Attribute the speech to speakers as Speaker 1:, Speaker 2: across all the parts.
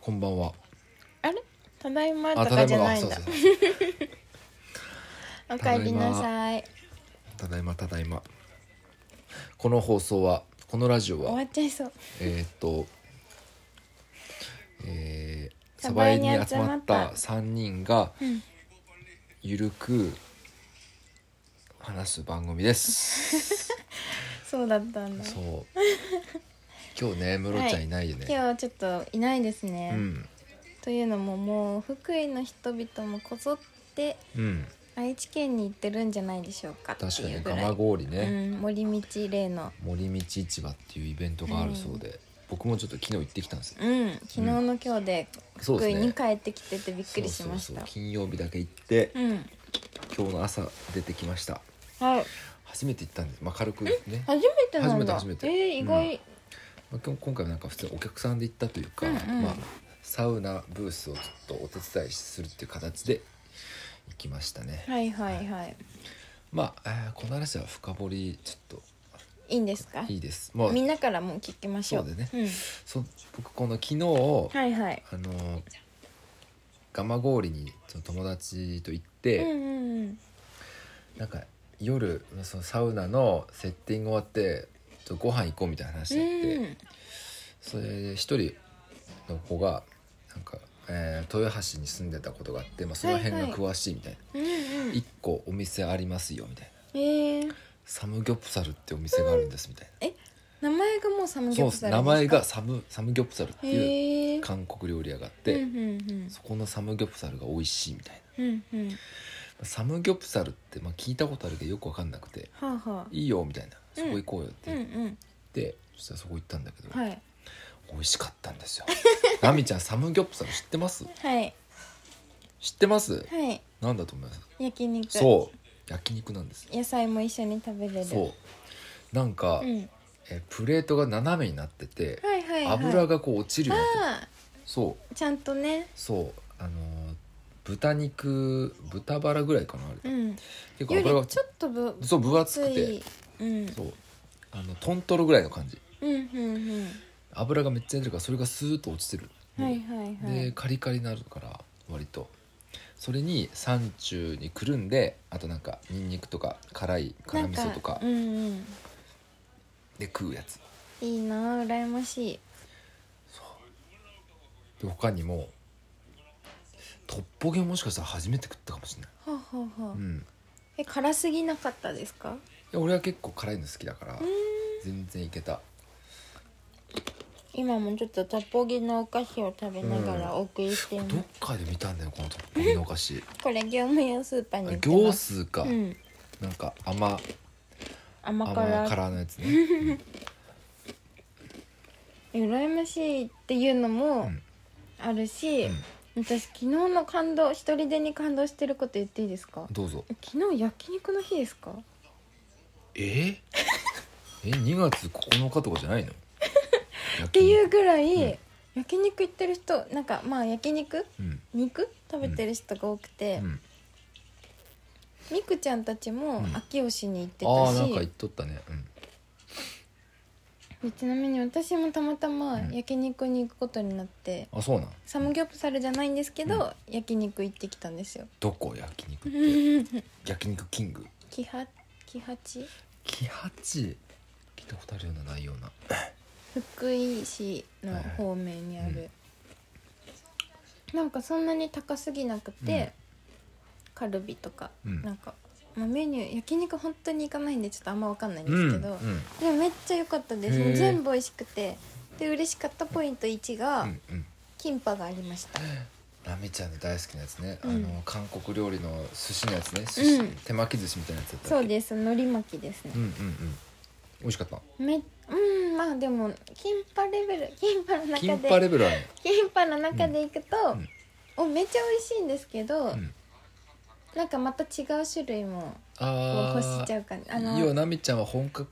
Speaker 1: こんばんは
Speaker 2: あれただいま
Speaker 1: あ
Speaker 2: と
Speaker 1: ただ
Speaker 2: か
Speaker 1: い
Speaker 2: じ
Speaker 1: まだ
Speaker 2: ゃな
Speaker 1: あ
Speaker 2: いん
Speaker 1: そう
Speaker 2: だ
Speaker 1: そうそう
Speaker 2: おかえりなさい
Speaker 1: ただいまただいまこの放送はこのラジオ
Speaker 2: 終わ
Speaker 1: は
Speaker 2: っちゃいそう
Speaker 1: えーっとえー、サ
Speaker 2: サ
Speaker 1: バ
Speaker 2: バ
Speaker 1: エ
Speaker 2: エ
Speaker 1: に
Speaker 2: に
Speaker 1: 集
Speaker 2: 集
Speaker 1: ま
Speaker 2: ま
Speaker 1: っ
Speaker 2: ったた
Speaker 1: 3人が
Speaker 2: うん
Speaker 1: ゆるく話す番組 です
Speaker 2: そうだったんだ
Speaker 1: そう今日ねムロちゃんいないよね、
Speaker 2: 今日はちょっといないですね、
Speaker 1: うん
Speaker 2: というのももう福井の人々もこぞって
Speaker 1: うん
Speaker 2: 愛知県に行ってるんじゃないでしょうかって
Speaker 1: 確か
Speaker 2: い
Speaker 1: に
Speaker 2: うぐらい
Speaker 1: 蒲郡ね、
Speaker 2: うん、森道例の
Speaker 1: 森道市場っていうイベントがあるそうで、僕もちょっと昨日行ってきたんですよ
Speaker 2: うん昨日の今日で
Speaker 1: そう
Speaker 2: 福
Speaker 1: で
Speaker 2: 井
Speaker 1: す
Speaker 2: に
Speaker 1: ね
Speaker 2: 帰ってきててびっくりしまし
Speaker 1: そうそうそ
Speaker 2: た
Speaker 1: う金曜日だけ行って、
Speaker 2: うん
Speaker 1: 今日の朝出てきました
Speaker 2: はい
Speaker 1: 初めて行ったんです、まあ、軽くね、
Speaker 2: 初めてなんだ
Speaker 1: 初めて初めて
Speaker 2: えー、意外、
Speaker 1: まあ、今日今回はなんか普通にお客さんで行ったというか、
Speaker 2: うんうん
Speaker 1: まあ、サウナブースをちょっとお手伝いするっていう形で行きましたね、
Speaker 2: はいはいはい
Speaker 1: まあ、えーこの話は深掘りちょっ
Speaker 2: いいんですか
Speaker 1: といいですまあ
Speaker 2: みんなからもう聞きましょう
Speaker 1: そうだね
Speaker 2: うん、
Speaker 1: そ僕この昨日、
Speaker 2: はいはい
Speaker 1: あのー蒲郡にちょっと友達と行って、
Speaker 2: うんうんうん
Speaker 1: なんか夜そのサウナのセッティング終わってちょっとご飯行こうみたいな話になって、
Speaker 2: うん
Speaker 1: それで一人の子がなんか、えー豊橋に住んでたことがあって、まあ、その辺が詳しいみたいな、
Speaker 2: うんうん
Speaker 1: 1個お店ありますよみたいな
Speaker 2: えー、
Speaker 1: サムギョプサルってお店があるんですみたいな、
Speaker 2: 名前がもうサムギ
Speaker 1: そ
Speaker 2: ョ
Speaker 1: う
Speaker 2: プ
Speaker 1: で
Speaker 2: サ
Speaker 1: す
Speaker 2: ルですか
Speaker 1: 名前がサムサムギョプサルっていう
Speaker 2: へえ
Speaker 1: 韓国料理屋があって、
Speaker 2: うんうんうん
Speaker 1: そこのサムギョプサルが美味しいみたいな
Speaker 2: うんうん
Speaker 1: サムギョプサルって、まあ、聞いたことあるけどよく分かんなくて
Speaker 2: はあはあ
Speaker 1: 「いいよ」みたいな「
Speaker 2: う
Speaker 1: そ
Speaker 2: ん
Speaker 1: こ行こうよ」って
Speaker 2: うん
Speaker 1: 言っ
Speaker 2: うん
Speaker 1: て、そしたらそこ行ったんだけど、
Speaker 2: はい
Speaker 1: 美味しかったんですよ ラミちゃんサムギョプサル知ってます
Speaker 2: はい
Speaker 1: 知ってます
Speaker 2: はい
Speaker 1: なんだと思います
Speaker 2: 焼肉
Speaker 1: そう焼肉なんです
Speaker 2: 野菜も一緒に食べれる
Speaker 1: そうなんか、
Speaker 2: うん
Speaker 1: えプレートが斜めになってて、
Speaker 2: はいはいはい
Speaker 1: 油がこう落ちるようになって
Speaker 2: ああ
Speaker 1: るそう
Speaker 2: ちゃんとね
Speaker 1: そうあのー豚肉豚バラぐらいかなあ
Speaker 2: う
Speaker 1: れ、
Speaker 2: ん
Speaker 1: 結構
Speaker 2: より
Speaker 1: 油が
Speaker 2: ちょっとぶ
Speaker 1: そう分厚
Speaker 2: つ
Speaker 1: くて
Speaker 2: いうん
Speaker 1: そうあのトントロぐらいの感じ
Speaker 2: うんうんうん
Speaker 1: 油がめっちゃ出てるからそれがスーッと落ちてる、
Speaker 2: はいはいは
Speaker 1: で
Speaker 2: い
Speaker 1: カリカリになるから割とそれに山中にくるんであとなんかニンニクとか辛い辛味噌と
Speaker 2: なん
Speaker 1: か
Speaker 2: うんうん
Speaker 1: で食うやつ
Speaker 2: いいなあ羨ましい
Speaker 1: で他にもトッポギもしかしたら初めて食ったかもしれない、
Speaker 2: はあはあはあ
Speaker 1: うん、
Speaker 2: え辛すぎなかったですか
Speaker 1: いや俺は結構辛いの好きだから全然いけた
Speaker 2: 今もちょっとトッポギのお菓子を食べながらお送りしています、
Speaker 1: どっかで見たんだよこのトッポギのお菓子
Speaker 2: これ業務用スーパーに売って
Speaker 1: 行
Speaker 2: ます
Speaker 1: 数か、
Speaker 2: うん
Speaker 1: なんか甘
Speaker 2: 甘
Speaker 1: 甘
Speaker 2: 辛
Speaker 1: 辛のやつ ね
Speaker 2: 羨ましいっていうのも
Speaker 1: ん
Speaker 2: あるし、
Speaker 1: うん
Speaker 2: 私昨日の感動一人でに感動してること言っていいですか
Speaker 1: どうぞ
Speaker 2: 昨日焼肉の日ですか
Speaker 1: ええ2月9日とかじゃないのっ
Speaker 2: っていうぐらい、焼肉行ってる人なんかまあ焼肉
Speaker 1: うん
Speaker 2: 肉食べてる人が多くて、
Speaker 1: うん、
Speaker 2: みくちゃんたちも
Speaker 1: うん
Speaker 2: 秋吉に行って
Speaker 1: ああなんか
Speaker 2: た
Speaker 1: 言っ
Speaker 2: し、
Speaker 1: とったね、うん、
Speaker 2: でちなみに私もたまたま
Speaker 1: うん
Speaker 2: 焼肉に行くことになって、
Speaker 1: あそうなん
Speaker 2: サムギョプサルじゃないんですけど、焼肉行ってきたんですよ
Speaker 1: どこ焼肉って 焼肉キング
Speaker 2: キハキハチ
Speaker 1: キハチ聞いたことあるようなないような
Speaker 2: 福井市の方面にある、なんかそんなに高すぎなくて、
Speaker 1: うん
Speaker 2: カルビとか、
Speaker 1: うん
Speaker 2: なんか、まあ、メニュー焼肉本当に行かないんでちょっとあんま分かんないんで
Speaker 1: うん
Speaker 2: す
Speaker 1: う
Speaker 2: け
Speaker 1: ん
Speaker 2: ど、でもめっちゃ良かったで
Speaker 1: へー
Speaker 2: す全部美味しくてで嬉しかったポイント1が、
Speaker 1: うんうん
Speaker 2: キンパがありました
Speaker 1: ラミちゃんの大好きなやつね、
Speaker 2: うん
Speaker 1: あの韓国料理の寿司のやつね寿司、
Speaker 2: うん
Speaker 1: 手巻き寿司みたいなやつだったっけ
Speaker 2: そうです海苔巻きですね
Speaker 1: うんうんうん美味しかった
Speaker 2: めうんまあでもキンパレベルキンパの
Speaker 1: キン
Speaker 2: 中
Speaker 1: パ
Speaker 2: で
Speaker 1: レベルはね、
Speaker 2: キンパの中でいくと、
Speaker 1: うん
Speaker 2: おめっちゃ美味しいんですけど、
Speaker 1: うん、
Speaker 2: なんかまた違う種類もこう
Speaker 1: あ
Speaker 2: 欲
Speaker 1: あ
Speaker 2: しちゃうかあの
Speaker 1: いいよなみちゃんは本格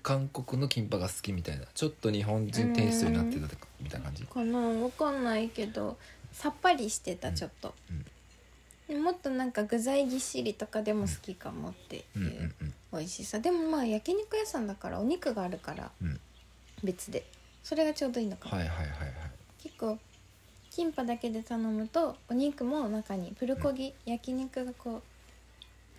Speaker 1: 韓国のキンパが好きみたいなちょっと日本人テイストになってたとかみたいな感じ
Speaker 2: このわかんないけどさっぱりしてたちょっと、もっとなんか具材ぎっしりとかでも好きかもってい
Speaker 1: う
Speaker 2: う、
Speaker 1: んうんうん
Speaker 2: 美味しさでもまあ焼肉屋さんだからお肉があるから
Speaker 1: うん
Speaker 2: 別でそれがちょうどいいのかな、
Speaker 1: はいはいはいはい
Speaker 2: 結構キンパだけで頼むとお肉も中にプルコギ、焼肉がこう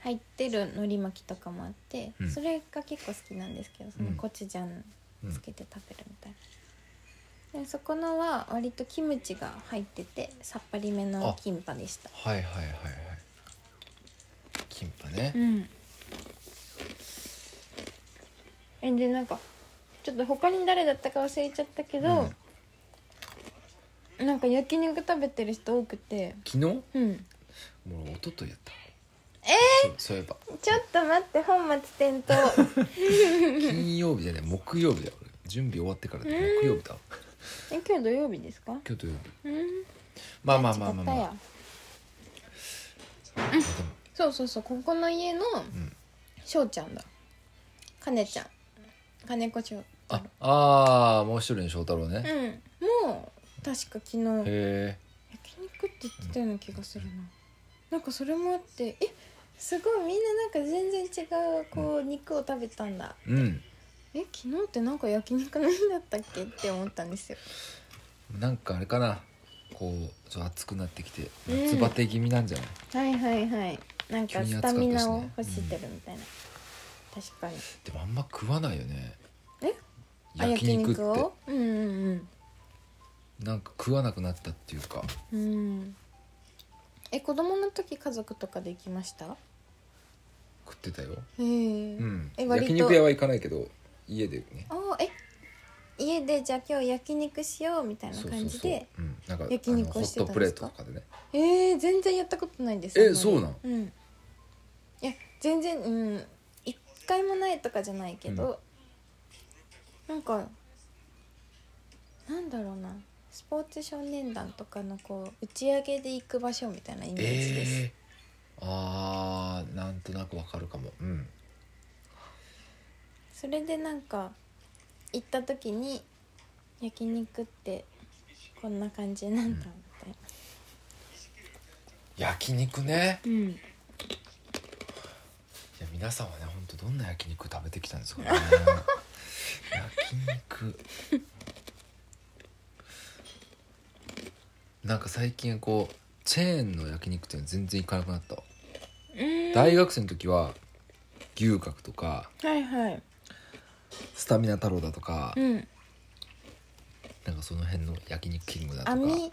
Speaker 2: 入ってる海苔巻きとかもあって、
Speaker 1: うん
Speaker 2: それが結構好きなんですけどその
Speaker 1: うん
Speaker 2: コチュジャンつけて食べるみたいな、でそこのは割とキムチが入っててさっぱりめの
Speaker 1: あ
Speaker 2: キンパでした
Speaker 1: はいはいはいはいキンパね
Speaker 2: うんえでなんかちょっと他に誰だったか忘れちゃったけど、なんか焼肉食べてる人多くて
Speaker 1: 昨日も
Speaker 2: うん
Speaker 1: う一昨日やった
Speaker 2: え
Speaker 1: そうそういえば
Speaker 2: ちょっと待って本末転倒
Speaker 1: 金曜日じゃない木曜日だよ俺準備終わってからだ木曜日だわ
Speaker 2: え今日土曜日ですか
Speaker 1: 今日土曜日
Speaker 2: うん
Speaker 1: まあまあまあまあまあ
Speaker 2: 違った
Speaker 1: まあ
Speaker 2: やそうそうそうここの家の
Speaker 1: ん
Speaker 2: しょうちゃんだかねちゃん金子ちょう
Speaker 1: でもああーもう一人の翔太郎
Speaker 2: う
Speaker 1: ね
Speaker 2: んもう確か昨日焼
Speaker 1: へえ
Speaker 2: 肉って言ってたような気がするななんかそれもあってえすごいみんななんか全然違うこう肉を食べたんだ
Speaker 1: うん
Speaker 2: え昨日ってなんか焼肉の日だったっけって思ったんですよ
Speaker 1: なんかあれかなこうちょっと暑くなってきて夏バテ気味なんじゃない、
Speaker 2: はいはいはいなん
Speaker 1: 急
Speaker 2: か
Speaker 1: に
Speaker 2: ス
Speaker 1: 暑か
Speaker 2: タ
Speaker 1: ったしね
Speaker 2: ミナを欲してるみたいな、確かに
Speaker 1: でもあんま食わないよね
Speaker 2: えあ
Speaker 1: 焼肉って
Speaker 2: をうんうん
Speaker 1: なんか食わなくなったっていうか
Speaker 2: うんうんえ子供の時家族とかで行きました
Speaker 1: 食ってたよ、
Speaker 2: へえ、
Speaker 1: うん、
Speaker 2: え割と
Speaker 1: 焼肉屋は行かないけど家でね
Speaker 2: ああえ家でじゃあ今日焼肉しようみたいな
Speaker 1: そう
Speaker 2: 感
Speaker 1: そう
Speaker 2: じ
Speaker 1: そう
Speaker 2: で、
Speaker 1: うん、なんか
Speaker 2: 焼肉
Speaker 1: あ
Speaker 2: を
Speaker 1: の
Speaker 2: し
Speaker 1: ホッ
Speaker 2: てたんですか
Speaker 1: トプレートとかでね
Speaker 2: えー、全然やったことないです
Speaker 1: え
Speaker 2: あんまり
Speaker 1: そうなん
Speaker 2: うんいや全然うん一回もないとかじゃないけど、なんかなんだろうなスポーツ少年団とかのこう打ち上げで行く場所みたいなイメージです、
Speaker 1: えー、あーなんとなくわかるかもうん
Speaker 2: それでなんか行った時に焼肉ってこんな感じなんだみたいな
Speaker 1: 焼肉ね
Speaker 2: うん
Speaker 1: いや皆さんはね本当どんな焼肉食べてきたんですかね焼肉なんか最近こうチェーンの焼肉店全然行かなくなったわ
Speaker 2: うん
Speaker 1: 大学生の時は牛角とか
Speaker 2: はいはい
Speaker 1: スタミナ太郎だとか、
Speaker 2: うん
Speaker 1: なんかその辺の焼肉キングだとか
Speaker 2: 網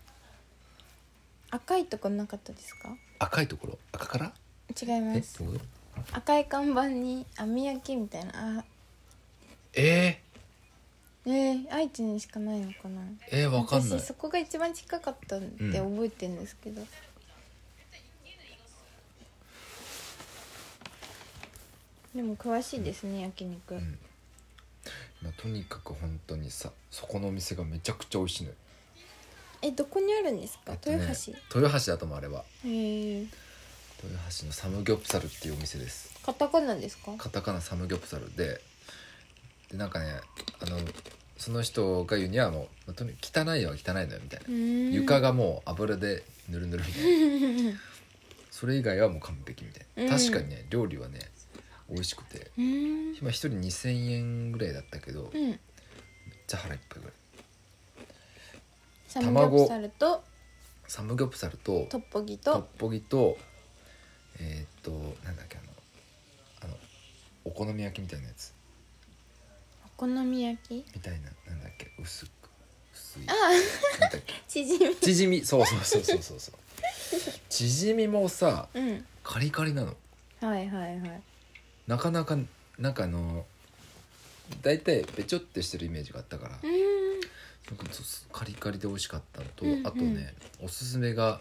Speaker 2: 赤いとこなかったですか
Speaker 1: 赤いところ赤から
Speaker 2: 違い
Speaker 1: え
Speaker 2: ます
Speaker 1: どういうこと
Speaker 2: 赤い看板に網焼きみたいなあ
Speaker 1: え
Speaker 2: えー、愛知にしかないのかな
Speaker 1: ー、えー、わかんない
Speaker 2: 私そこが一番近かったんで
Speaker 1: うん
Speaker 2: 覚えてるんですけど、でも詳しいですね焼肉、
Speaker 1: んまあ、とにかく本当にさそこのお店がめちゃくちゃ美味しいのよ
Speaker 2: えどこにあるんですか
Speaker 1: えっとね
Speaker 2: 豊橋、
Speaker 1: 豊橋だともあれば
Speaker 2: へえ
Speaker 1: 豊橋のサムギョプサルっていうお店です
Speaker 2: カタカナですか
Speaker 1: カタカナサムギョプサルででなんかねあのその人が言うにはもうまあとに汚いは汚いのよみたいな、床
Speaker 2: が
Speaker 1: がもう油でぬるぬるみたいなそれ以外はもう完璧みたいな、
Speaker 2: うん
Speaker 1: 確かにね料理はね美味しくて
Speaker 2: うん
Speaker 1: 今一人2,000円ぐらいだったけどめっ
Speaker 2: うん
Speaker 1: ちゃ腹いっぱいぐらい
Speaker 2: サムギョプサルと
Speaker 1: サムギョプサルと
Speaker 2: トッポギ
Speaker 1: トッ
Speaker 2: と
Speaker 1: ポギとえーっとなんだっけあのあのお好み焼きみたいなやつ
Speaker 2: お好み焼き
Speaker 1: みたいななんだっけ薄く薄い
Speaker 2: あ
Speaker 1: なんだっけ
Speaker 2: あチヂミ
Speaker 1: チヂミそうそうそうそうそうそうチヂミもさ
Speaker 2: うん
Speaker 1: カリカリなの
Speaker 2: はいはいはい
Speaker 1: なかなかなんかあの大体べちょってしてるイメージがあったから
Speaker 2: うん
Speaker 1: なんかそうそうカリカリで美味しかったのと、
Speaker 2: うんうん
Speaker 1: あとねおすすめが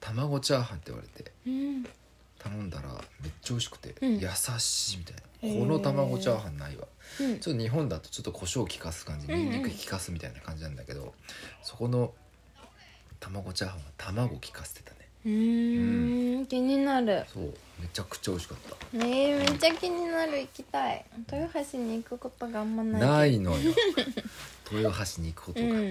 Speaker 1: 卵チャーハンって言われて
Speaker 2: うん
Speaker 1: 頼んだらめっちゃ美味しくて、
Speaker 2: うん
Speaker 1: 優しいみた
Speaker 2: へ
Speaker 1: い
Speaker 2: ー
Speaker 1: なこの卵チャーハンないわ
Speaker 2: うん
Speaker 1: ちょっと日本だとちょっと胡椒を効かす感じ
Speaker 2: うんうん
Speaker 1: にんにく効かすみたいな感じなんだけど、そこの卵チャーハンは卵効かせてたね
Speaker 2: うーん気になる
Speaker 1: そうめちゃくちゃ美味しかった
Speaker 2: ねえめっちゃ気になる行きたい豊橋に行くことがあんまない
Speaker 1: ないい のよ豊橋に行くこと
Speaker 2: う
Speaker 1: が、
Speaker 2: ん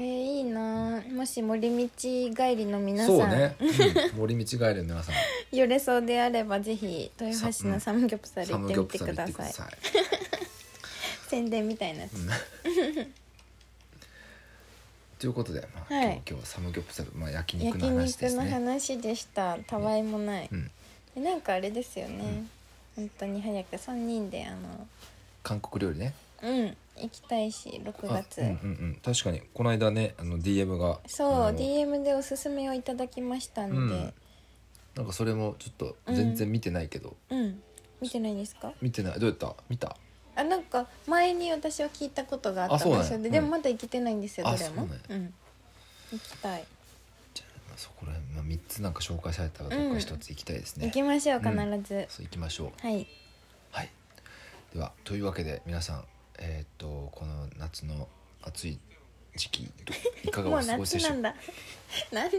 Speaker 2: えー、いいなもし森道帰りの皆さん、
Speaker 1: そうね、うん森道ガエルの皆 さん
Speaker 2: 寄れそうであればぜひ豊橋のサムギョプサル
Speaker 1: サ
Speaker 2: 行っ
Speaker 1: ムギ
Speaker 2: て
Speaker 1: ョ
Speaker 2: み
Speaker 1: プ
Speaker 2: て
Speaker 1: サ
Speaker 2: く
Speaker 1: ル行っ
Speaker 2: だ
Speaker 1: てく
Speaker 2: さ
Speaker 1: だ
Speaker 2: い
Speaker 1: さい
Speaker 2: 宣伝みたいなやつ
Speaker 1: うんということで、まあ
Speaker 2: はい
Speaker 1: 今日今日はサムギョプサル、まあ、焼肉
Speaker 2: 焼
Speaker 1: の話で
Speaker 2: 肉
Speaker 1: す
Speaker 2: の
Speaker 1: ね。
Speaker 2: 話でしたたわいもない、
Speaker 1: うん、
Speaker 2: でなんかあれですよね、
Speaker 1: うん
Speaker 2: 本当に早く3人であの
Speaker 1: 韓国料理ね
Speaker 2: うん行きたいし6
Speaker 1: あ
Speaker 2: 月、
Speaker 1: うんうんうん確かにこの間ねあの DM が
Speaker 2: そう
Speaker 1: あの
Speaker 2: DM でおすすめをいただきましたんで
Speaker 1: なんかそれもちょっと全然見てないけど、
Speaker 2: うん、見てないですか
Speaker 1: 見てないどうやった見た
Speaker 2: あなんか前に私は聞いたことがあ
Speaker 1: あ
Speaker 2: った
Speaker 1: そ
Speaker 2: ん
Speaker 1: う
Speaker 2: で
Speaker 1: なんや
Speaker 2: すよで
Speaker 1: うん
Speaker 2: でもまだ行けてないんですよ
Speaker 1: あ
Speaker 2: どれも
Speaker 1: そうなんや
Speaker 2: うん行きたい
Speaker 1: じゃあそこら辺、まあ、3つなんか紹介されたらどっか一つ行きたいですね、
Speaker 2: 行きましょう
Speaker 1: う
Speaker 2: 必
Speaker 1: ん
Speaker 2: ず
Speaker 1: そう行きましょう
Speaker 2: はい
Speaker 1: はいではというわけで皆さんえーっとこの夏の暑い時期いかがお
Speaker 2: もう
Speaker 1: 過ごし
Speaker 2: 夏
Speaker 1: でし
Speaker 2: な
Speaker 1: ょうん
Speaker 2: だ なんで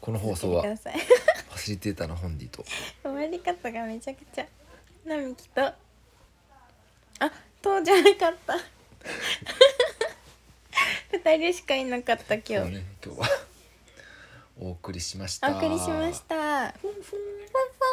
Speaker 1: この放送は
Speaker 2: 続けてください
Speaker 1: ファシリテーターのホンディと
Speaker 2: 終わり方がめちゃくちゃ並木とあとうじゃなかった 二人しかいなかった今
Speaker 1: そう
Speaker 2: 日
Speaker 1: ね今日はお送りしました
Speaker 2: お送りしましたふんふんふんふん